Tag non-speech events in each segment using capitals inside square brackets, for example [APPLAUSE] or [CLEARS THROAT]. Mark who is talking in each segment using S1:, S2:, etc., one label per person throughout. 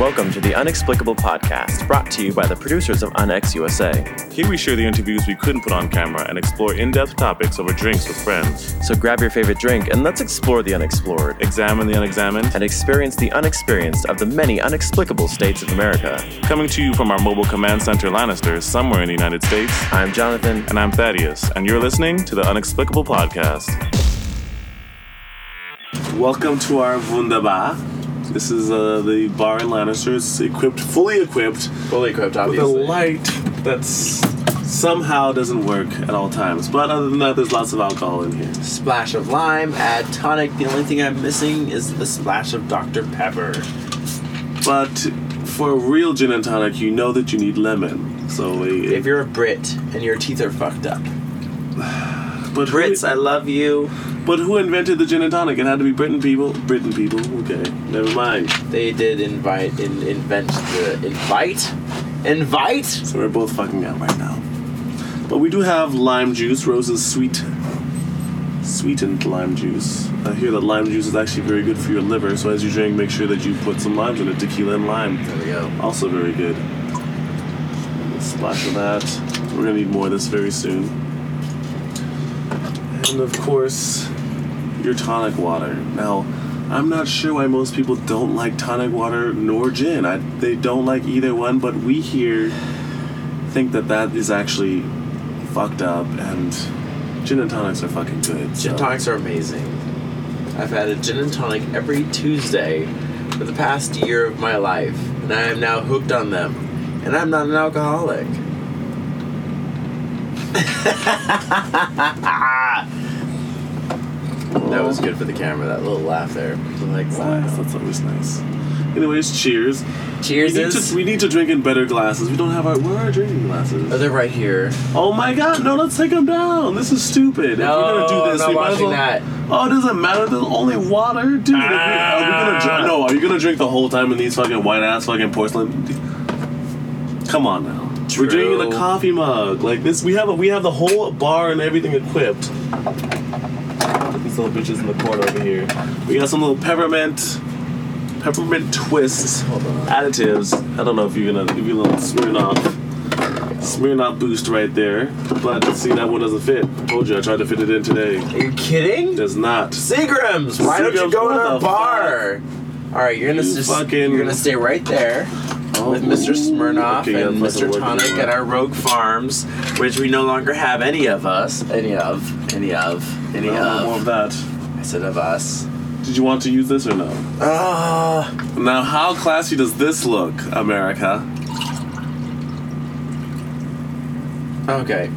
S1: Welcome to the Unexplicable Podcast, brought to you by the producers of Unex USA.
S2: Here we share the interviews we couldn't put on camera and explore in depth topics over drinks with friends,
S1: So grab your favorite drink and let's explore the unexplored
S2: examine the unexamined,
S1: and experience the unexperienced of the many unexplicable states of America.
S2: coming to you from our mobile command center Lannister, somewhere in the United States.
S1: I'm Jonathan.
S2: And I'm Thaddeus, and you're listening to the Unexplicable Podcast. Welcome to our Wunderbar. This is uh, the bar in Lannister. It's equipped, fully equipped,
S1: Fully equipped,
S2: with a light that's somehow doesn't work at all times. But other than that, there's lots of alcohol in here.
S3: Splash of lime, add tonic. The only thing I'm missing is the splash of Dr. Pepper.
S2: But for a real gin and tonic, you know that you need lemon. So eh, a,
S3: If you're a Brit and your teeth are fucked up,
S2: but who-
S3: Brits, I love you.
S2: but who invented the gin and tonic? It had to be Britain people. Britain people. Okay, never mind.
S3: They did invite, in, invent the invite, invite.
S2: So we're both fucking out right now. But we do have lime juice, Rose's sweet, sweetened lime juice. I hear that lime juice is actually very good for your liver, so as you drink, make sure that you put some limes in it, tequila and lime.
S3: There we go.
S2: Also very good. A splash of that. We're gonna need more of this very soon. And of course, your tonic water. Now, I'm not sure why most people don't like tonic water nor gin. I, they don't like either one, but we here think that that is actually fucked up, and gin and tonics are fucking good.
S3: Gin
S2: so-
S3: tonics are amazing. I've had a gin and tonic every Tuesday for the past year of my life, and I am now hooked on them. And I'm not an alcoholic. [LAUGHS] That was good for the camera. That little laugh there. Like,
S2: Nice, that's always nice. Anyways, cheers. We
S3: cheers!
S2: need, to, we need to drink in better glasses. We don't have our. Where are our drinking glasses?
S3: Oh, they're right here.
S2: Oh my god, no, let's take them down. This is stupid. if we're gonna do this,
S3: I'm
S2: we
S3: not
S2: might as
S3: watching
S2: well.
S3: that.
S2: Oh, it doesn't matter. There's only water, dude. if we- Are we
S3: Ah.
S2: gonna drink? No, are you gonna drink the whole time in these fucking white ass fucking porcelain? Come on now. We're drinking in a
S3: True.
S2: coffee mug like this. We have a, we have the whole bar and everything equipped. These little bitches in the corner over here. We got some little peppermint, peppermint twists, additives. I don't know if you're gonna if you're gonna smear off. Smirnoff Boost right there, but see that one doesn't fit. Told you I tried to fit it in today.
S3: Are you kidding?
S2: Does not.
S3: Seagrams. Why don't
S2: Seagrams,
S3: you go in
S2: what
S3: our
S2: the
S3: bar? All right, you're gonna
S2: You
S3: just
S2: fucking-
S3: you're gonna stay right there with Mr. Smirnoff
S2: Okay,
S3: and
S2: that's
S3: Mr.
S2: what we're
S3: Tonic
S2: doing.
S3: at our Rogue Farms, which we no longer have any of us, any of, any of, any
S2: No, no more
S3: of.
S2: of that.
S3: I said of us.
S2: Did you want to use this or no?
S3: Ah,
S2: Now, how classy does this look, America?
S3: okay.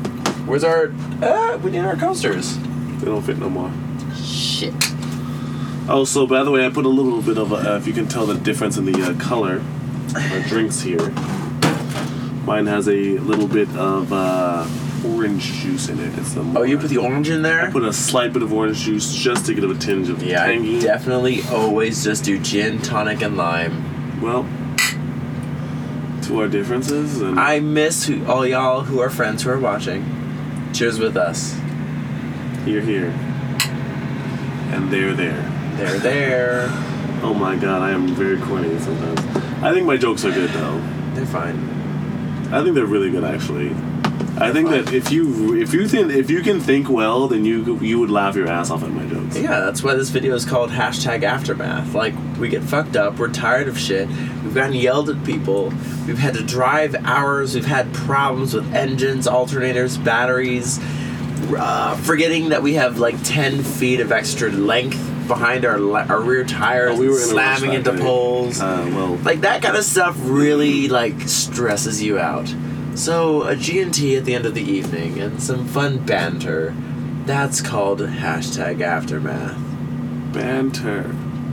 S3: Where's our? Uh, we need our coasters.
S2: They don't fit no more.
S3: Shit.
S2: Oh, so by the way, I put a little bit of, uh, if you can tell the difference in the uh, color of our drinks here. Mine has a little bit of uh, orange juice in it. It's the
S3: Oh, you put the orange in there.
S2: I put a slight bit of orange juice just to give it a tinge of
S3: yeah,
S2: tangy.
S3: I definitely always just do gin, tonic, and lime.
S2: Well, to our differences, and
S3: I miss who, all y'all who are friends who are watching. Cheers with us.
S2: you're here, and they're there.
S3: They're there.
S2: Oh my god, I am very corny sometimes. I think my jokes are good though.
S3: They're fine.
S2: I think they're really good actually. I think that if you if you think if you can think well, then you you would laugh your ass off at my jokes.
S3: Yeah, that's why this video is called hashtag aftermath. Like, we get fucked up, we're tired of shit, we've gotten yelled at people, we've had to drive hours, we've had problems with engines, alternators, batteries, uh, forgetting that we have like 10 feet of extra length behind our, la- our rear tires,
S2: Oh, we were in a rush
S3: slamming
S2: that
S3: into
S2: day.
S3: poles.
S2: Uh, well,
S3: like that kind of stuff really like stresses you out so a g&t at the end of the evening and some fun banter that's called hashtag aftermath
S2: banter.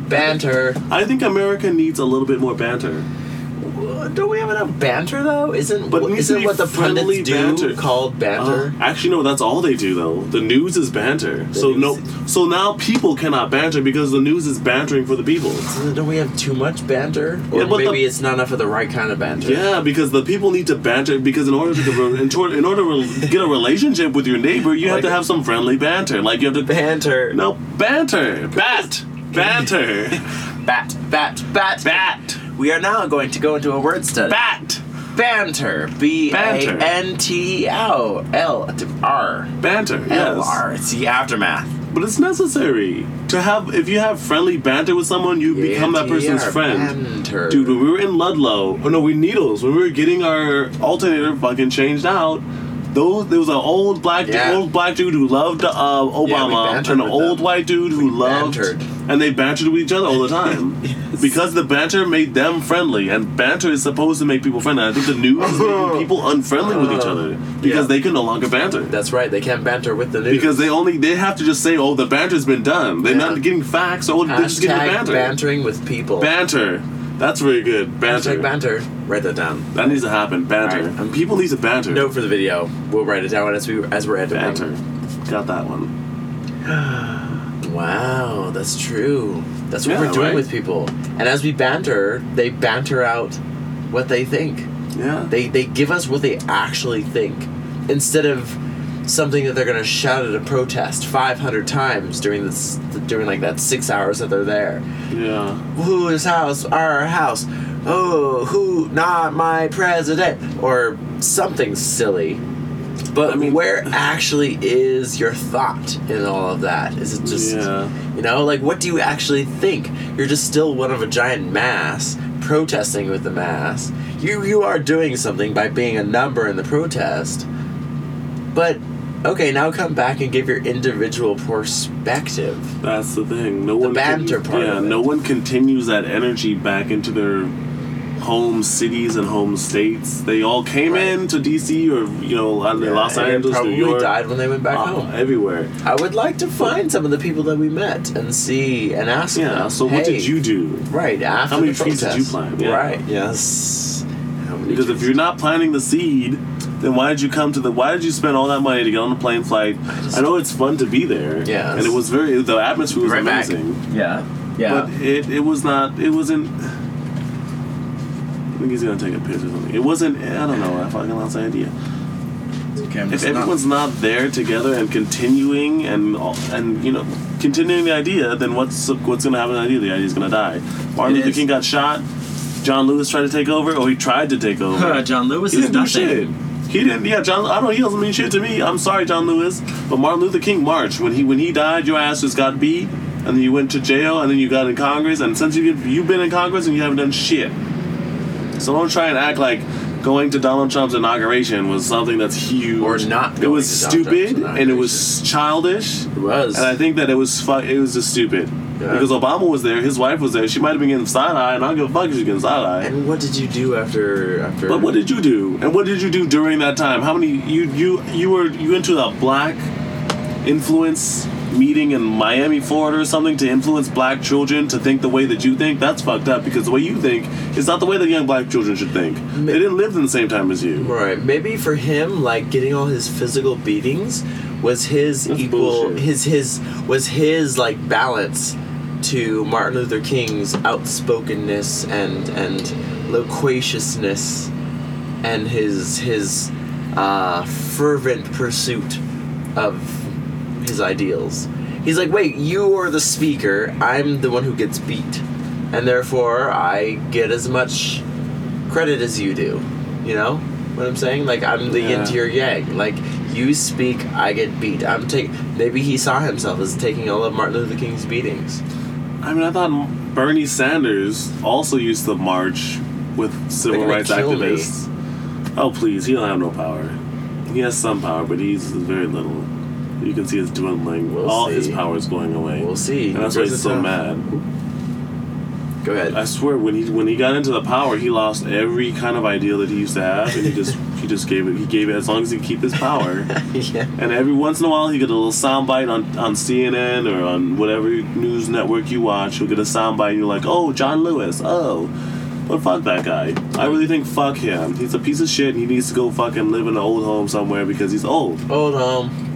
S3: banter
S2: I think America needs a little bit more banter.
S3: Uh, don't we have enough banter though isn't,
S2: But it needs to
S3: isn't
S2: be
S3: what the
S2: friendly
S3: pundits do
S2: banter.
S3: called banter
S2: Uh, actually, no. That's all they do, though. The news is banter. so no. So now people cannot banter because the news is bantering for the people.
S3: Uh, don't we have too much banter
S2: Uh-huh.
S3: or
S2: Yeah, but the-
S3: maybe it's not enough of the right kind of banter
S2: Yeah, because the people need to banter. Because in order to in, tor- in order to re- get a relationship with your neighbor, you have
S3: Like
S2: to
S3: a-
S2: have some friendly banter. Like you have to
S3: banter
S2: no banter, bat, banter,
S3: [LAUGHS] bat bat bat
S2: bat.
S3: We are now going to go into a word study.
S2: Bat.
S3: banter. B A
S2: Banter.
S3: N T O E L R.
S2: Banter.
S3: L
S2: Yes.
S3: R. It's the aftermath.
S2: But it's necessary to have. If you have friendly banter with someone, you become that person's
S3: BNTR,
S2: friend.
S3: E Banter.
S2: Dude, when we were in Ludlow, oh no, we Needles, when we were getting our alternator fucking changed out, those there was an old black dude,
S3: Yeah.
S2: old black dude who loved uh, Obama,
S3: bantered
S2: and an
S3: with
S2: old
S3: them.
S2: white dude who loved,
S3: bantered.
S2: and they bantered with each other all the
S3: [LAUGHS]
S2: time because the banter made them friendly, and banter is supposed to make people friendly. I think the news is
S3: [LAUGHS]
S2: making people unfriendly with each other because
S3: Yeah.
S2: they can no longer banter.
S3: That's right. They can't banter with the news
S2: Because they only they have to just say, "Oh, the banter's been done." They're
S3: Yeah.
S2: not getting facts. Oh, they're just
S3: Hashtag
S2: getting the banter.
S3: bantering with people.
S2: Banter. That's very good. Banter.
S3: Hashtag banter. Write that down.
S2: That needs to happen. Banter.
S3: Alright.
S2: And people need to banter.
S3: Note for the video. We'll write it down as we as we're editing.
S2: banter. Got that one.
S3: Wow, that's true. That's what
S2: Yeah,
S3: we're doing
S2: right?
S3: with people. And as we banter, they banter out what they think.
S2: Yeah.
S3: They they give us what they actually think instead of something that they're gonna shout at a protest 500 times during this during like that six hours that they're there.
S2: yeah.
S3: Whose house? Our house. Oh, who? Not my president. Or something silly. But
S2: I mean-
S3: where actually is your thought in all of that? Is it just,
S2: Yeah.
S3: you know, like what do you actually think? You're just still one of a giant mass protesting with the mass. You you are doing something by being a number in the protest. But okay, now come back and give your individual perspective.
S2: That's the thing. No one.
S3: banter part
S2: Yeah.
S3: of it.
S2: No one continues that energy back into their home cities and home states. They all came
S3: Right.
S2: in to D.C. or you know I don't know, Los
S3: And they
S2: Angeles,
S3: probably
S2: New York,
S3: died when they went back
S2: uh,
S3: home.
S2: everywhere.
S3: I would like to find some of the people that we met and see and ask
S2: Yeah.
S3: them.
S2: So what
S3: "Hey,
S2: did you do?
S3: Right after
S2: How many
S3: the
S2: trees did
S3: protest.
S2: you plant? Yeah.
S3: Right. Yes. How many
S2: Because if
S3: trees?
S2: you're not planting the seed, then why did you come to the? Why did you spend all that money to get on the plane flight? I know it's fun to be there.
S3: Yes.
S2: And it was very. The atmosphere was
S3: Right back.
S2: amazing.
S1: Yeah.
S2: But it, it was not. It wasn't. I think he's gonna take a picture or something. It wasn't. I don't know. I fucking lost the idea.
S3: okay, I'm
S2: If
S3: just not-
S2: everyone's not there together and continuing and all- and you know continuing the idea, then what's what's gonna happen? To the idea, the idea's gonna die. Martin
S1: It
S2: Luther
S1: is.
S2: King got shot. John Lewis tried to take over, or he tried to take over.
S1: Huh, John Lewis
S2: He
S1: is
S2: didn't do
S1: nothing.
S2: shit. He didn't. Yeah, John. I don't. He doesn't mean shit to me. I'm sorry, John Lewis. But Martin Luther King marched when he when he died. Your ass just got beat, and then you went to jail, and then you got in Congress, and since you you've been in Congress and you haven't done shit. So don't try and act like going to Donald Trump's inauguration was something that's huge.
S3: Or not
S2: It
S3: going
S2: was
S3: to Donald Trump's
S2: stupid and it was childish.
S3: It was.
S2: And I think that it was fu- it was just stupid.
S3: Yeah.
S2: Because Obama was there, his wife was there. She might have been getting side eye, and I don't give a fuck if she's getting side eye.
S3: and what did you do after after?
S2: But what did you do? And what did you do during that time? How many you you you were you into a black influence meeting in Miami, Florida or something to influence black children to think the way that you think? That's fucked up because the way you think is not the way that young black children should think. They didn't live in the same time as you.
S3: Right. Maybe for him, like getting all his physical beatings was his
S2: That's
S3: equal.
S2: bullshit.
S3: His his was his like balance to Martin Luther King's outspokenness and and loquaciousness and his his uh, fervent pursuit of his ideals. He's like, wait, you are the speaker. I'm the one who gets beat, and therefore I get as much credit as you do. You know what I'm saying? Like I'm the yin
S2: Yeah.
S3: to your yang. Like you speak, I get beat. I'm take. Maybe he saw himself as taking all of Martin Luther King's beatings.
S2: I mean, I thought Bernie Sanders also used to march with civil
S3: They're gonna
S2: rights
S3: kill me.
S2: activists. Oh please, he don't have no power. He has some power, but he's very little. You can see it's dwindling.
S3: We'll
S2: All his
S3: see.
S2: power is going away.
S3: We'll see.
S2: And that's why he's
S3: Here's
S2: so
S3: the
S2: mad.
S3: tough. Go ahead.
S2: I swear, when he when he got into the power, he lost every kind of ideal that he used to have, and he just he just gave it. He gave it as long as he could keep his
S3: [LAUGHS]
S2: power.
S3: [LAUGHS] yeah.
S2: And every once in a while, he get a little soundbite on on CNN or on whatever news network you watch. You'll get a soundbite, and you're like, "Oh, John Lewis. Oh, but fuck that guy. I really think fuck him. He's a piece of shit, and he needs to go fucking live in an old home somewhere because he's old.
S3: Hold on.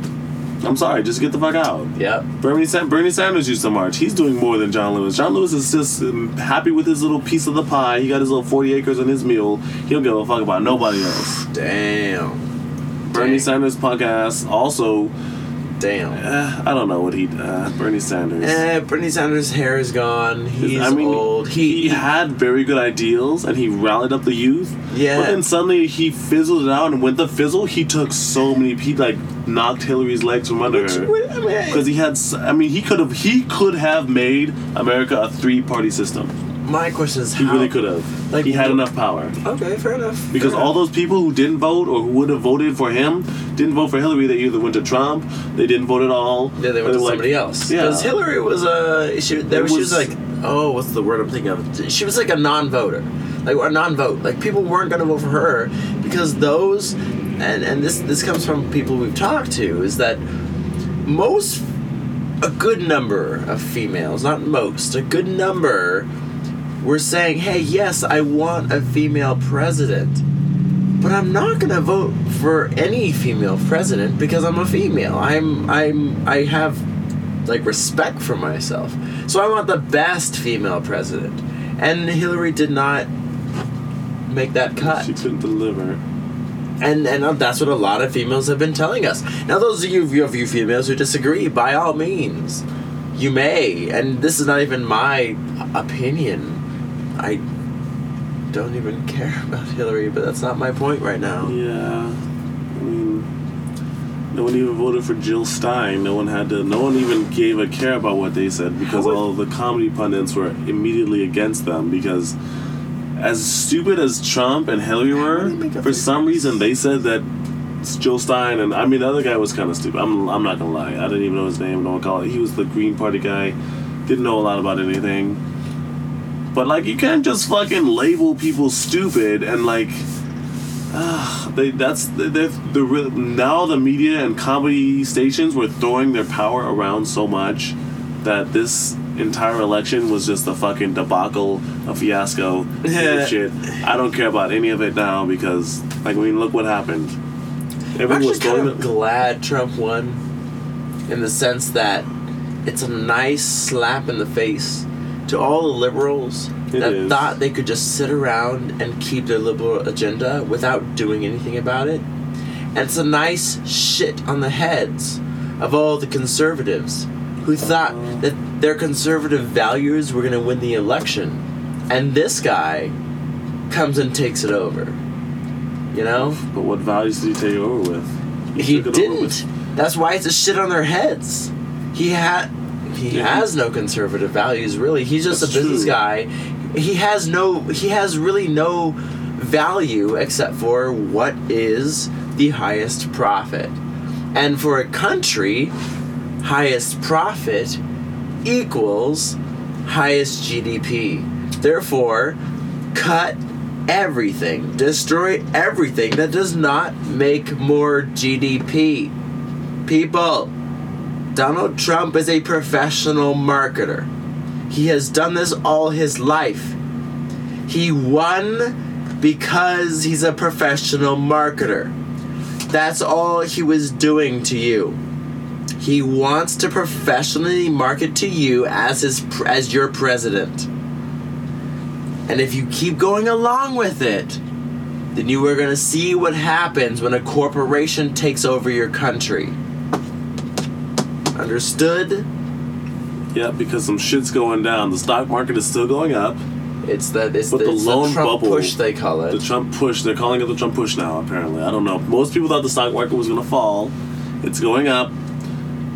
S2: I'm sorry, just get the fuck out."
S3: Yep.
S2: Bernie, San- Bernie Sanders used to march. He's doing more than John Lewis. John Lewis is just um, happy with his little piece of the pie. He got his little 40 acres and his mule. He don't give a fuck about nobody else.
S3: Damn.
S2: Bernie
S3: Dang.
S2: Sanders punk ass also
S3: Damn.
S2: Uh, I don't know what he. Uh, Bernie Sanders.
S3: Eh, Bernie Sanders' hair is gone. He's
S2: I mean,
S3: old. He, [LAUGHS]
S2: he had very good ideals and he rallied up the youth.
S3: Yeah.
S2: But then suddenly he fizzled it out, and with the fizzle, he took so many. He like knocked Hillary's legs from under her.
S3: Wait, I mean,
S2: because he had s- i mean he could have he could have made america a three party system
S3: my question is
S2: he
S3: how,
S2: really could have
S3: Like,
S2: he had
S3: wh-
S2: enough power
S3: Okay, fair enough.
S2: because
S3: fair
S2: all
S3: enough.
S2: those people who didn't vote or who would have voted for him didn't vote for hillary they either went to trump they didn't vote at all
S3: yeah, they went to somebody else.
S2: yeah.
S3: because Hillary was a she. There,
S2: It
S3: she was
S2: was-
S3: like, oh, what's the word I'm thinking of? She was like a non-voter, like a non-vote. Like people weren't going to vote for her because those, and and this this comes from people we've talked to is that most a good number of females, not most, a good number were saying, hey, yes, I want a female president, but I'm not gonna vote for any female president because I'm a female. I'm I'm I have like respect for myself. So I want the best female president. And Hillary did not make that cut
S2: she couldn't deliver
S3: and and that's what a lot of females have been telling us. Now, those of you of you- of you females who disagree, by all means, you may. And this is not even my opinion. I don't even care [LAUGHS] about Hillary, but that's not my point right now.
S2: yeah i mean no one even voted for Jill Stein. No one had to. No one even gave a care about what they said because
S3: How would-
S2: all the comedy pundits were immediately against them because as stupid as Trump and Hillary
S3: do you
S2: were,
S3: make up
S2: for
S3: your-
S2: some reason they said that Jill Stein and I mean the other guy was kind of stupid. I'm I'm not gonna lie. I didn't even know his name. No one called. it. He was the Green Party guy. Didn't know a lot about anything. But like, you can't just fucking label people stupid and like. Uh, they that's they're, the real now the media and comedy stations were throwing their power around so much that this entire election was just a fucking debacle, a fiasco,
S3: Yeah.
S2: shit. I don't care about any of it now because, like, I mean, look what happened.
S3: I'm
S2: Everyone
S3: actually
S2: was
S3: kind
S2: going.
S3: of glad Trump won, in the sense that it's a nice slap in the face to all the liberals
S2: It
S3: that
S2: is.
S3: thought they could just sit around and keep their liberal agenda without doing anything about it. And it's a nice shit on the heads of all the conservatives who thought that their conservative values were going to win the election. And this guy comes and takes it over. You know?
S2: but what values did he take over with?
S3: He
S2: took it over with-
S3: didn't. That's why it's a shit on their heads. He had he
S2: Yeah.
S3: has no conservative values really. He's just
S2: That's
S3: a business
S2: true.
S3: guy. He has no he has really no value except for what is the highest profit. And for a country, highest profit equals highest GDP. Therefore, cut everything, destroy everything that does not make more GDP. People, Donald Trump is a professional marketer. He has done this all his life. He won because he's a professional marketer. That's all he was doing to you. He wants to professionally market to you as his pr- as your president. And if you keep going along with it, then you are going to see what happens when a corporation takes over your country. Understood?
S2: Yeah, because some shit's going down. The stock market is still going up.
S3: It's that it's,
S2: But
S3: the,
S2: the
S3: it's
S2: loan
S3: the Trump
S2: bubble-
S3: push they call it.
S2: The Trump push. They're calling it the Trump push now. Apparently, I don't know. Most people thought the stock market was gonna fall. It's going up,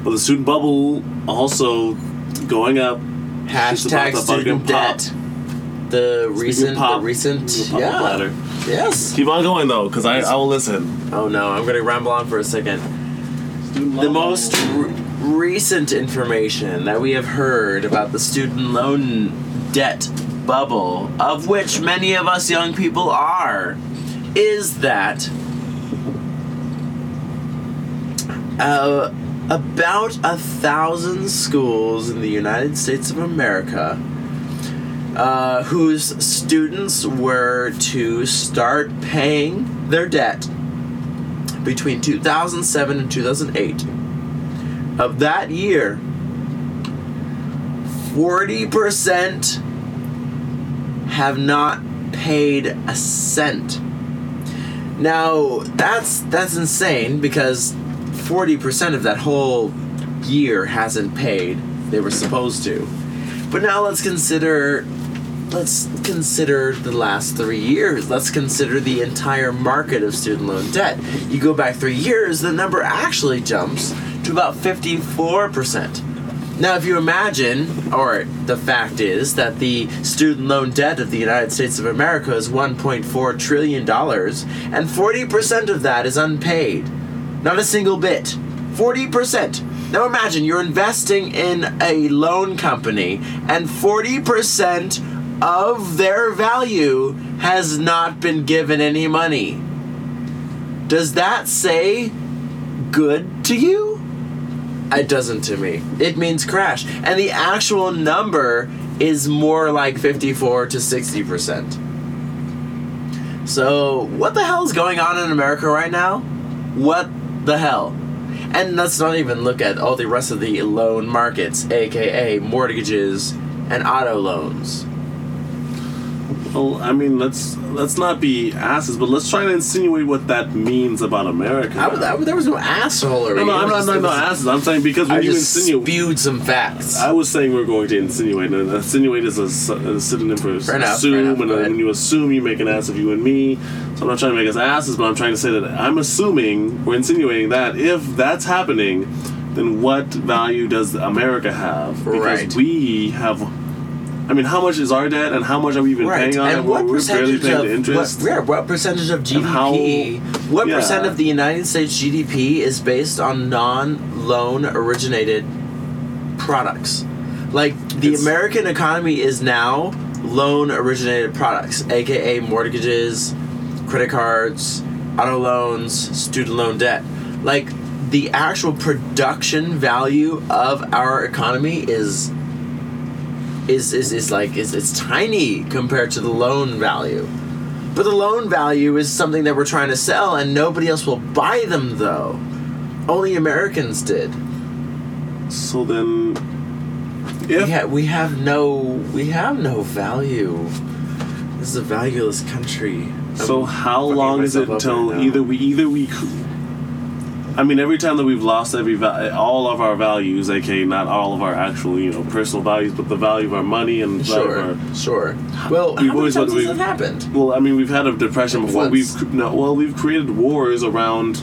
S2: but the student bubble also going up. It's about
S3: Hashtag
S2: to
S3: student
S2: fucking pop.
S3: debt. The recent, the
S2: pop.
S3: recent,
S2: It's gonna pop the
S3: yeah,
S2: bladder.
S3: yes.
S2: Keep on going though, because I, I will listen.
S3: Oh no, I'm gonna ramble on for a second. The most r recent information that we have heard about the student loan debt bubble, of which many of us young people are, is that uh, about a thousand schools in the United States of America uh, whose students were to start paying their debt between 2007 and 2008. Of that year, 40% have not paid a cent. Now, that's that's insane because forty percent of that whole year hasn't paid. They were supposed to. But now let's consider let's consider the last three years. Let's consider the entire market of student loan debt. You go back three years, the number actually jumps to about 54%. Now, if you imagine, or the fact is, that the student loan debt of the United States of America is $1.4 trillion, and 40% of that is unpaid. Not a single bit. 40%. Now imagine you're investing in a loan company and 40% of their value has not been given any money. Does that say good to you? It doesn't to me. It means crash. And the actual number is more like 54 to 60%. So, what the hell is going on in America right now? What the hell? And let's not even look at all the rest of the loan markets, aka mortgages and auto loans.
S2: Well, I mean, let's let's not be asses, but let's try to insinuate what that means about America.
S3: I, would- I, would- there was no asshole or
S2: no, no, I'm not no, no asses. I'm saying because when
S3: I
S2: you
S3: just
S2: insinuate,
S3: spewed some facts.
S2: I was saying we're going to insinuate. And insinuate is a, sy- a synonym for
S3: Fair enough,
S2: assume,
S3: fair enough,
S2: and
S3: go
S2: then
S3: ahead.
S2: when you assume, you make an ass of you and me. So I'm not trying to make us asses, but I'm trying to say that I'm assuming we're insinuating that if that's happening, then what value does America have? Because
S3: Right.
S2: we have. I mean, how much is our debt, and how much are we even
S3: right.
S2: paying on it?
S3: And what
S2: we're barely
S3: percentage
S2: paying
S3: of
S2: the interest.
S3: what, yeah, what percentage of
S2: And how-
S3: GDP? what
S2: yeah.
S3: percent of the United States GDP is based on non-loan originated products? Like the
S2: It's-
S3: American economy is now loan originated products, aka mortgages, credit cards, auto loans, student loan debt. Like the actual production value of our economy is is is, is like is it's tiny compared to the loan value. But the loan value is something that we're trying to sell and nobody else will buy them though. Only Americans did.
S2: So then, if
S3: Yeah, we have no we have no value. This is a valueless country.
S2: so,
S3: I'm
S2: how
S3: fucking
S2: long is it
S3: myself up
S2: until
S3: right now.
S2: either we either we? c- I mean, every time that we've lost every va- all of our values, aka not all of our actual you know personal values, but the value of our money and the value of
S3: Sure,
S2: our-
S3: sure. Well,
S2: We've
S3: how many
S2: always
S3: times
S2: wanted
S3: has
S2: to
S3: that
S2: be-
S3: happened?
S2: Well, I mean, we've had a depression
S3: Like
S2: before.
S3: once.
S2: We've cr- no, well, we've created wars around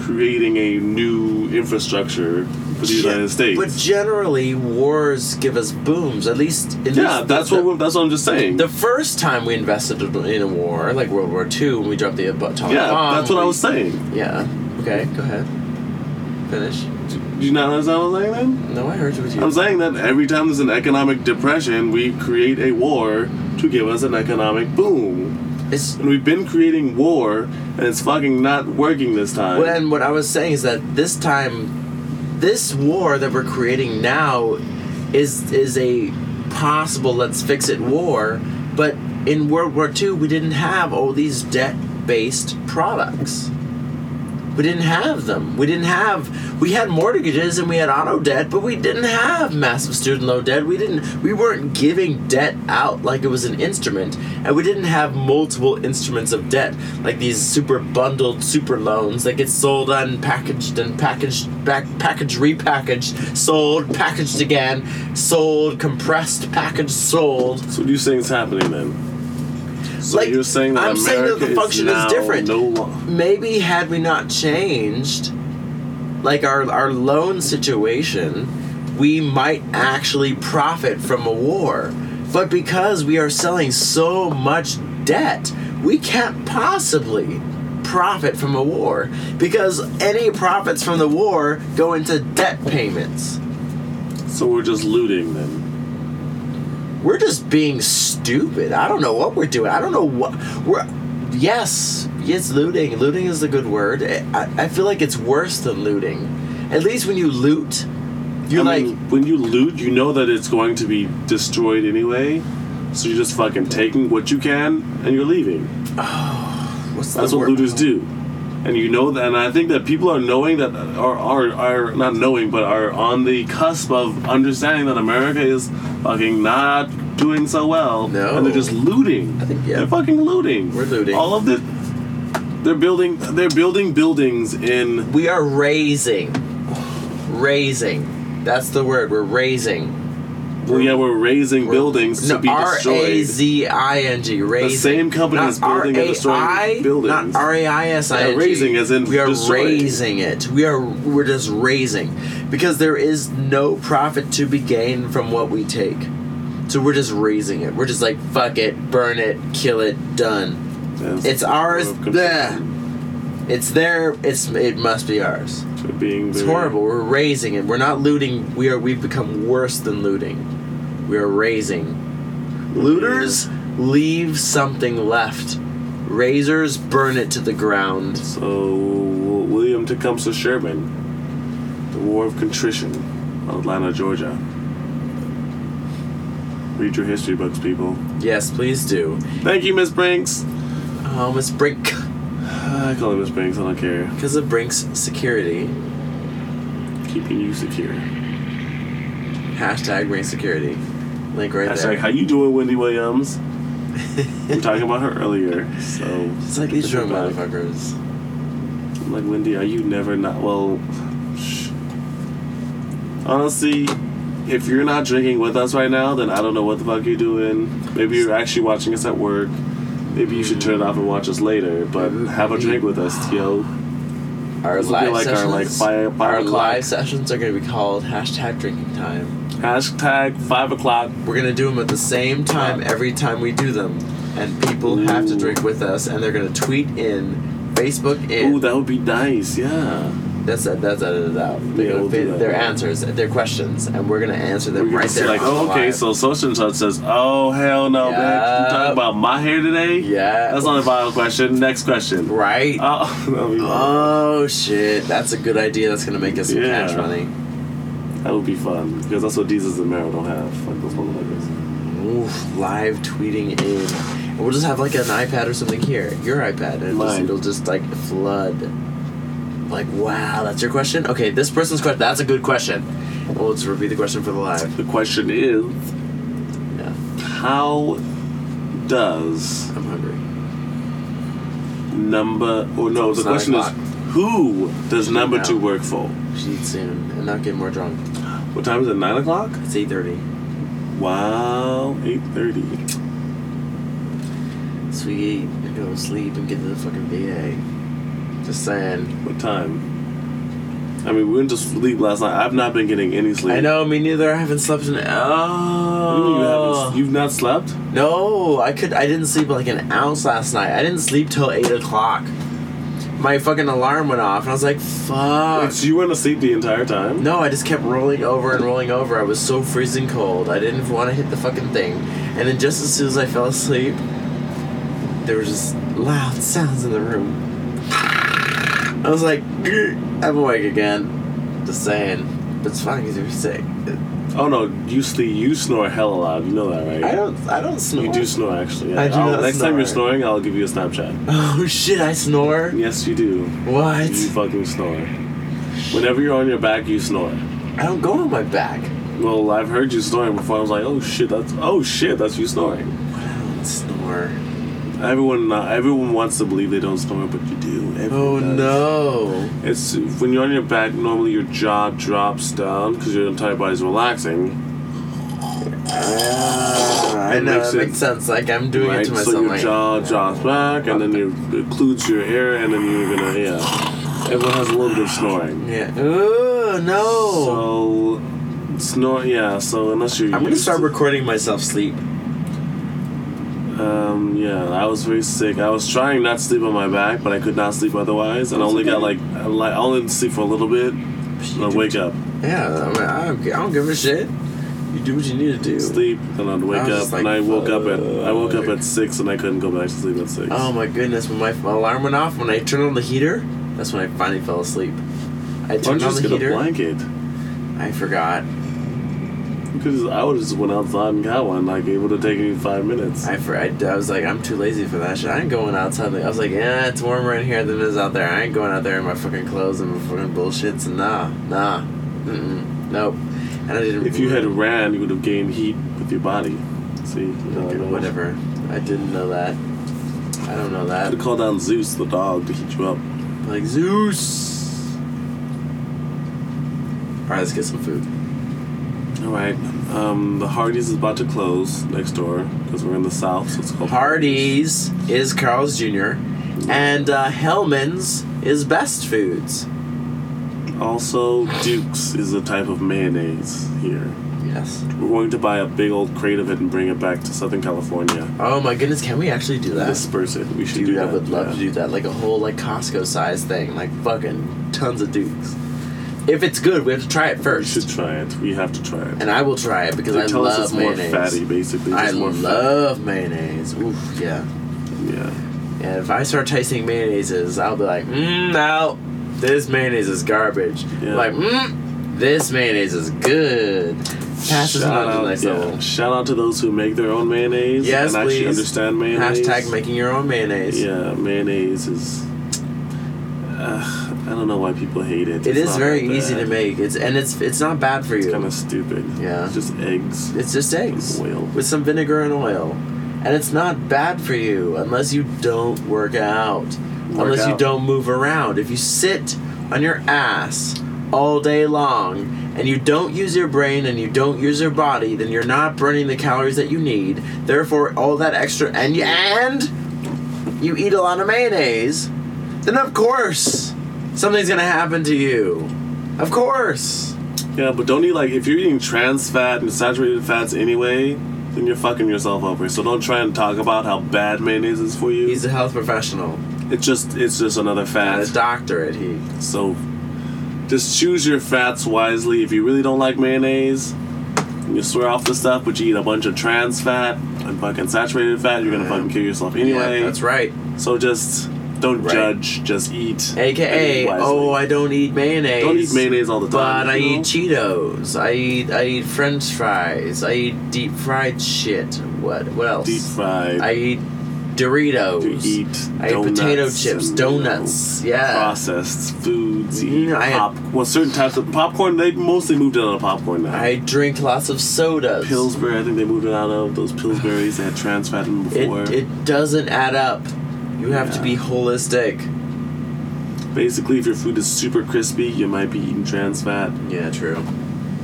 S2: creating a new infrastructure for the United States.
S3: But generally, wars give us booms. At least, at
S2: yeah,
S3: least
S2: that's
S3: the-
S2: what we're, that's what I'm just saying.
S3: The first time we invested in a war, like World War II, when we dropped the atomic
S2: yeah,
S3: bomb.
S2: that's what I
S3: we-
S2: was saying.
S3: Yeah. Okay. Go ahead. Finish.
S2: Do you not understand what I'm saying? Then?
S3: No, I heard you. With you.
S2: I'm saying that every time there's an economic depression, we create a war to give us an economic boom.
S3: It's
S2: And we've been creating war, and it's fucking not working this time.
S3: well, and what I was saying is that this time, this war that we're creating now, is is a possible let's fix it war, but in World War II we didn't have all these debt based products. We didn't have them. We didn't have. We had mortgages and we had auto debt, but we didn't have massive student loan debt. We didn't. We weren't giving debt out like it was an instrument, and we didn't have multiple instruments of debt like these super bundled super loans that get sold unpackaged and packaged back, packaged, repackaged, sold, packaged again, sold, compressed, packaged, sold.
S2: so what do you think is happening then? So
S3: Like,
S2: you're saying that
S3: I'm saying that
S2: America
S3: the function is
S2: now
S3: different.
S2: No lo-
S3: maybe had we not changed like our our loan situation we might actually profit from a war but because we are selling so much debt we can't possibly profit from a war because any profits from the war go into debt payments
S2: so we're just looting then.
S3: we're just being stupid. I don't know what we're doing. I don't know what we're. Yes, yes, looting. Looting is a good word. I, I feel like it's worse than looting. At least when you loot, you're
S2: I
S3: like,
S2: mean, when you loot, you know that it's going to be destroyed anyway. So you're just fucking taking what you can and you're leaving.
S3: what's
S2: That's
S3: the
S2: what
S3: word?
S2: looters do. And you know that, and I think that people are knowing that, are, are, are not knowing, but are on the cusp of understanding that America is fucking not doing so well.
S3: No.
S2: And they're just looting.
S3: think, yeah.
S2: They're fucking looting.
S3: We're looting.
S2: All of the. They're building. They're building buildings in.
S3: We are raising. Raising. That's the word. We're raising.
S2: Well, yeah, we're raising buildings to be
S3: R A
S2: destroyed.
S3: Z I N G. Raising.
S2: same company
S3: Not
S2: is building and destroying
S3: R.A.I.,
S2: buildings.
S3: Not R A I S I N G.
S2: Yeah, raising as in
S3: we are
S2: destroying.
S3: raising it. We are we're just raising because there is no profit to be gained from what we take. So we're just raising it. We're just like fuck it, burn it, kill it, done.
S2: That's
S3: It's ours.
S2: of confusion.
S3: bleh. It's there. It's it must be ours.
S2: For being
S3: It's horrible. We're raising it. We're not looting. We are. We've become worse than looting. We are raising. Looters leave something left. Razors burn it to the ground.
S2: So William Tecumseh Sherman, the War of Contrition, Atlanta, Georgia. Read your history books, people.
S3: Yes, please do.
S2: Thank you, Miss Brinks.
S3: Um, it's Brink
S2: I call her Miss Brinks. I don't care.
S3: because of Brink's security.
S2: Keeping you secure.
S3: Hashtag Brink security. Link right
S2: Hashtag,
S3: there.
S2: how you doing, Wendy Williams? we were talking about her earlier, so
S3: [LAUGHS] it's like these real motherfuckers.
S2: Like Wendy, are you never not well? sh- Honestly, if you're not drinking with us right now, then I don't know what the fuck you're doing. Maybe you're actually watching us at work. Maybe you should turn it off and watch us later. But have a drink with us, yo.
S3: Our
S2: This will be
S3: live
S2: like our, like,
S3: sessions.
S2: five- five
S3: our
S2: o'clock.
S3: live sessions are going to be called hashtag Drinking Time.
S2: Hashtag five o'clock.
S3: We're gonna do them at the same time every time we do them, and people have to
S2: Ooh.
S3: drink with us, and they're gonna tweet in, Facebook in.
S2: Ooh, that would be nice. Yeah.
S3: that's that's edited out. They're
S2: Yeah,
S3: gonna
S2: we'll do
S3: fit
S2: that.
S3: their answers, their questions, and we're gonna answer
S2: We're
S3: them
S2: gonna
S3: right
S2: see
S3: there.
S2: like,
S3: on the
S2: oh, okay,
S3: live.
S2: so such and such says, oh hell no, bitch. You talking
S3: Yup.
S2: about my hair today?
S3: Yeah.
S2: That's not a vital question. Next question.
S3: right.
S2: Oh, [LAUGHS] that would be,
S3: oh shit, that's a good idea. That's gonna make us some
S2: Yeah.
S3: cash money.
S2: that would be fun because that's what Jesus and Meryl don't have. Like those motherfuckers.
S3: Oof, live tweeting in. And we'll just have like an iPad or something here, your iPad, and it'll just,
S2: Mine.
S3: it'll just like flood. Like, wow, that's your question? Okay, this person's question. That's a good question. And we'll just repeat the question for the live.
S2: The question is,
S3: Yeah,
S2: how does
S3: I'm hungry.
S2: number or no?
S3: It's
S2: The
S3: nine
S2: question is,
S3: o'clock.
S2: who does number
S3: now.
S2: two work for?
S3: We should eat soon and not get more drunk.
S2: What time is it? Nine o'clock.
S3: It's eight thirty.
S2: Wow, eight thirty.
S3: So we eat and go to sleep and get to the fucking VA. Just saying.
S2: What time? I mean, we went to sleep last night. I've not been getting any sleep.
S3: I know, me neither. I haven't slept in.
S2: What do you mean You
S3: Oh,
S2: haven't, you've not slept?
S3: No, I could. I didn't sleep like an ounce last night. I didn't sleep till eight o'clock. My fucking alarm went off, and I was like, "Fuck."
S2: Wait, so you went to sleep the entire time?
S3: Uh, no, I just kept rolling over and rolling over. I was so freezing cold. I didn't want to hit the fucking thing. And then just as soon as I fell asleep, there was just loud sounds in the room. I was like, [CLEARS THROAT] "Grr, "I'm awake again." Just saying, but it's fine because you're sick.
S2: Oh no, you sleep. You snore hell loud. You know that, right?
S3: I don't. I don't snore.
S2: You do snore, actually.
S3: I do
S2: I'll-
S3: not
S2: Next time you're
S3: snore.
S2: snoring, I'll give you a Snapchat.
S3: [LAUGHS] Oh shit! I snore.
S2: Yes, you do.
S3: What?
S2: You fucking snore. Whenever you're on your back, you snore.
S3: I don't go on my back.
S2: Well, I've heard you snoring before. I was like, oh shit, that's oh shit, that's you snoring.
S3: Snore.
S2: Everyone, not, everyone wants to believe they don't snore, but you do.
S3: Oh
S2: Everyone does.
S3: no.
S2: It's when you're on your back. Normally, your jaw drops down because your entire body's relaxing.
S3: I know,
S2: Ah, makes
S3: it makes
S2: it-
S3: sense. Like I'm doing it
S2: right, so
S3: to myself.
S2: your
S3: like,
S2: jaw drops back, and then you it occludes your air, and then you're gonna yeah. Everyone has a little bit of snoring.
S3: yeah. Ooh, no.
S2: So, snore. Yeah. So unless you're
S3: I'm gonna
S2: used
S3: start
S2: to-
S3: recording myself sleep.
S2: Um, yeah, I was very sick. I was trying not to sleep on my back, but I could not sleep otherwise, and I only got like, I li- I only sleep for a little bit, and I wake up,
S3: Yeah, I, mean, I, don't, I don't give a shit. You do what you need to do.
S2: sleep, and I'd wake
S3: I was
S2: up,
S3: just like,
S2: and I woke up at, I woke up
S3: fuck.
S2: at six, and I couldn't go back to sleep at six.
S3: Oh my goodness! When my, my alarm went off, when I turned on the heater, that's when I finally fell asleep. I
S2: Why don't
S3: turned
S2: you
S3: on
S2: just
S3: the
S2: get a
S3: heater.
S2: blanket?
S3: I forgot.
S2: Because I would have just went outside and got one. Like it would have taken you five minutes.
S3: I, for, I, I was like, I'm too lazy for that shit. I ain't going outside. I was like, yeah, it's warmer in here than it is out there. I ain't going out there in my fucking clothes and my fucking bullshits. And nah, nah, mm-mm, nope. And I didn't.
S2: If you had ran, you would have gained heat with your body. See, you know what I
S3: Okay,
S2: mean?
S3: whatever, I didn't know that. I don't know
S2: I
S3: that.
S2: had to call down Zeus, the dog, to heat you up.
S3: Like Zeus. All right, let's get some food.
S2: All right. Um, the Hardee's is about to close next door because we're in the south, so it's called
S3: Hardee's is Carl's Jr. and uh, Hellman's is Best Foods.
S2: Also, Duke's is a type of mayonnaise here.
S3: Yes.
S2: We're going to buy a big old crate of it and bring it back to Southern California.
S3: Oh my goodness, can we actually do that?
S2: Disperse it. We should
S3: Dude,
S2: do
S3: I
S2: that.
S3: would love
S2: yeah.
S3: to do that, like a whole like Costco size thing, like fucking tons of Dukes. If it's good, we have to try it
S2: We should
S3: first,
S2: try it. We have to try it.
S3: and I will try it because
S2: they
S3: I
S2: tell
S3: love
S2: us it's
S3: mayonnaise.
S2: more fatty, basically.
S3: I
S2: Just more
S3: love mayonnaise. Oof, yeah.
S2: Fat. Yeah.
S3: And if I start tasting mayonnaises, I'll be like, mm, no, this mayonnaise is garbage.
S2: Yeah.
S3: Like, mm, this mayonnaise is good. Pass this on to the next
S2: yeah.
S3: level.
S2: Shout out to those who make their own mayonnaise
S3: Yes,
S2: and
S3: please.
S2: actually understand mayonnaise.
S3: Hashtag making your own mayonnaise.
S2: Yeah, mayonnaise is. Uh, I don't know why people hate it.
S3: It is very easy to make. It's and it's it's not bad for you.
S2: Kind of stupid.
S3: Yeah.
S2: It's just eggs.
S3: It's just eggs
S2: Oil.
S3: with some vinegar and oil, and it's not bad for you unless you don't work out, unless you
S2: out.
S3: don't move around. If you sit on your ass all day long and you don't use your brain and you don't use your body, then you're not burning the calories that you need. Therefore, all that extra and you, and you eat a lot of mayonnaise, then of course something's gonna happen to you. Of course.
S2: Yeah, but don't eat like if you're eating trans fat and saturated fats anyway, then you're fucking yourself over. So don't try and talk about how bad mayonnaise is for you.
S3: He's a health professional.
S2: It's just it's just another
S3: and
S2: fat.
S3: a doctorate. He
S2: So just choose your fats wisely. If you really don't like mayonnaise, and you swear off the stuff, but you eat a bunch of trans fat and fucking saturated fat, you're gonna fucking kill yourself anyway.
S3: Yeah, that's right.
S2: So just don't
S3: Right.
S2: judge, just eat.
S3: AKA,
S2: and eat wisely.
S3: oh, I don't eat mayonnaise.
S2: don't eat mayonnaise all the time.
S3: But I
S2: you
S3: eat
S2: know?
S3: Cheetos. I eat I eat French fries. I eat deep fried shit. What what else?
S2: deep fried.
S3: I eat Doritos.
S2: You eat
S3: I eat potato
S2: donuts
S3: chips,
S2: and, you know,
S3: donuts. Yeah.
S2: Processed foods.
S3: You
S2: You
S3: know,
S2: eat
S3: I had-
S2: pop. well, certain types of popcorn. They mostly moved it out of popcorn now.
S3: I drink lots of sodas.
S2: Pillsbury. I think they moved it out of those Pillsburies that had trans fat in them
S3: It
S2: before.
S3: it doesn't add up. You have to
S2: Yeah.
S3: be holistic.
S2: Basically, if your food is super crispy, you might be eating trans fat.
S3: Yeah, true.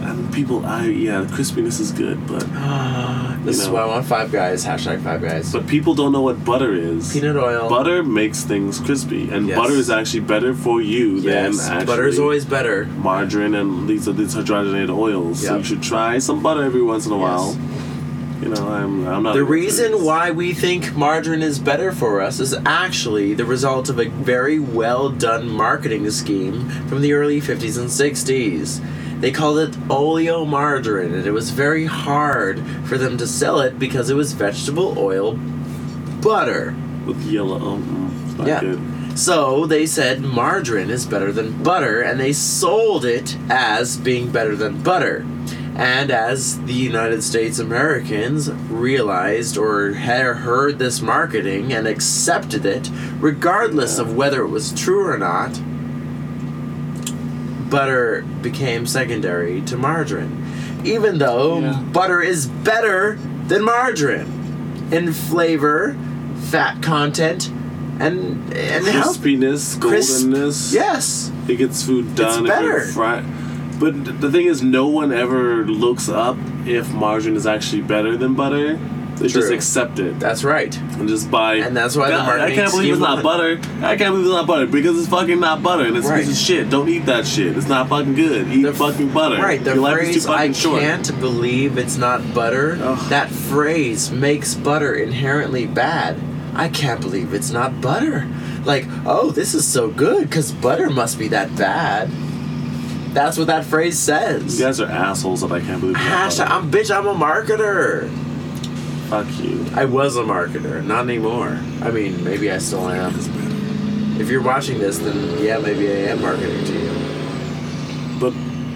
S2: And people, I yeah, crispiness is good, but
S3: Ah, this
S2: You
S3: is
S2: know.
S3: why I want Five Guys. Hashtag Five Guys.
S2: but people don't know what butter is.
S3: Peanut oil.
S2: Butter makes things crispy, and
S3: Yes.
S2: butter is actually better for you
S3: Yes.
S2: than actually
S3: Butter is always better.
S2: margarine and these are these hydrogenated oils. So
S3: Yep.
S2: you should try some butter every once in a
S3: Yes.
S2: while. You know, I'm I'm not
S3: The
S2: a good
S3: reason
S2: person.
S3: why we think margarine is better for us is actually the result of a very well done marketing scheme from the early 50s and 60s. They called it oleomargarine, and it was very hard for them to sell it because it was vegetable oil butter.
S2: with yellow, um, it's not
S3: Yeah.
S2: good.
S3: So they said margarine is better than butter, and they sold it as being better than butter. And as the United States Americans realized or had heard this marketing and accepted it, regardless of whether it was true or not, butter became secondary to margarine. Even though
S2: Yeah.
S3: butter is better than margarine in flavor, fat content, and and health.
S2: Crispiness,
S3: Crisp.
S2: goldenness.
S3: Yes.
S2: it gets food done.
S3: It's
S2: if you
S3: better.
S2: Fry. But th- the thing is, no one ever looks up if margarine is actually better than butter. They just
S3: True.
S2: accept it
S3: That's right.
S2: and just buy.
S3: And that's why the
S2: God, I
S3: marketing
S2: can't believe it's
S3: scheme-
S2: not butter. I can't believe it's not butter because it's fucking not butter and it's a
S3: Right.
S2: piece of shit. Don't eat that shit. It's not fucking good. Eat
S3: The f-
S2: fucking butter.
S3: Right. The
S2: Your life is too
S3: phrase
S2: fucking
S3: "I
S2: short.
S3: can't believe it's not butter."
S2: Ugh.
S3: That phrase makes butter inherently bad. I can't believe it's not butter. Like, oh, this is so good because butter must be that bad. That's what that phrase says.
S2: You guys are assholes that I can't believe. it's not
S3: Hashtag,
S2: butter.
S3: I'm bitch. I'm a marketer.
S2: Fuck you.
S3: I was a marketer, not anymore. I mean, maybe I still am. If you're watching this, then yeah, maybe I am marketing to you.
S2: But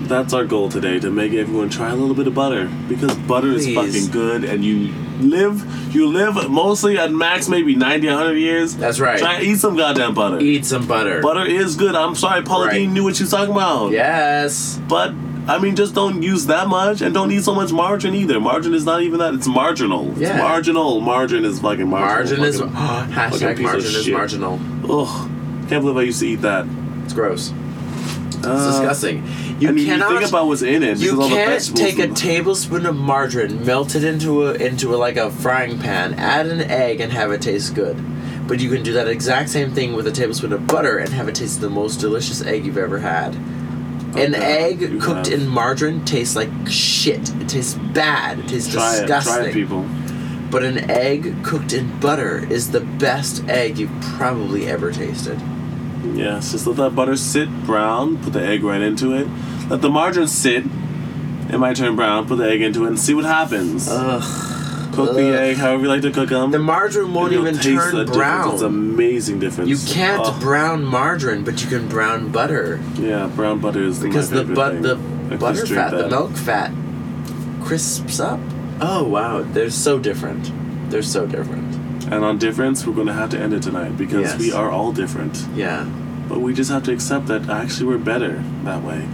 S2: that's our goal today to make everyone try a little bit of butter because butter
S3: Please.
S2: is fucking good and you live you live mostly at max maybe 90 100 years.
S3: That's right.
S2: Try eat some goddamn butter.
S3: Eat some butter.
S2: Butter is good. I'm sorry Paula
S3: Right.
S2: Dean knew what she was talking about.
S3: Yes.
S2: But I mean, just don't use that much and don't need so much margin either. Margin is not even that. It's marginal. It's
S3: Yeah.
S2: marginal. Margin is fucking marginal.
S3: Margin is
S2: Fucking- fucking
S3: [GASPS] hashtag
S2: piece of
S3: margin is
S2: shit.
S3: marginal.
S2: Ugh. Can't believe I used to eat that.
S3: It's gross. It's
S2: Uh,
S3: disgusting. You
S2: and
S3: cannot.
S2: you think about what's in it.
S3: you
S2: because all the
S3: can't
S2: vegetables
S3: take a
S2: and-
S3: tablespoon of margarine, melt it into a into a, like a frying pan, add an egg, and have it taste good. But you can do that exact same thing with a tablespoon of butter and have it taste the most delicious egg you've ever had. An
S2: God, you
S3: egg cooked
S2: have-
S3: in margarine tastes like shit. It tastes bad. It tastes
S2: Try it.
S3: disgusting.
S2: Try it, people.
S3: But an egg cooked in butter is the best egg you've probably ever tasted.
S2: Yeah, it's just let that butter sit brown, put the egg right into it. Let the margarine sit. It might turn brown, put the egg into it, and see what happens.
S3: Ugh.
S2: cook
S3: ugh.
S2: the egg however you like to cook them.
S3: The margarine won't even turn brown.
S2: It's amazing difference.
S3: You can't
S2: Oh,
S3: brown margarine, but you can brown butter
S2: Yeah, brown butter is
S3: because
S2: my
S3: the
S2: favorite
S3: but
S2: thing.
S3: the
S2: I just
S3: butter
S2: drink
S3: fat, the
S2: that.
S3: milk fat, crisps up. Oh wow, they're so different. They're so different.
S2: And on difference, we're going to have to end it tonight because
S3: Yes.
S2: we are all different.
S3: Yeah.
S2: But we just have to accept that actually we're better that way.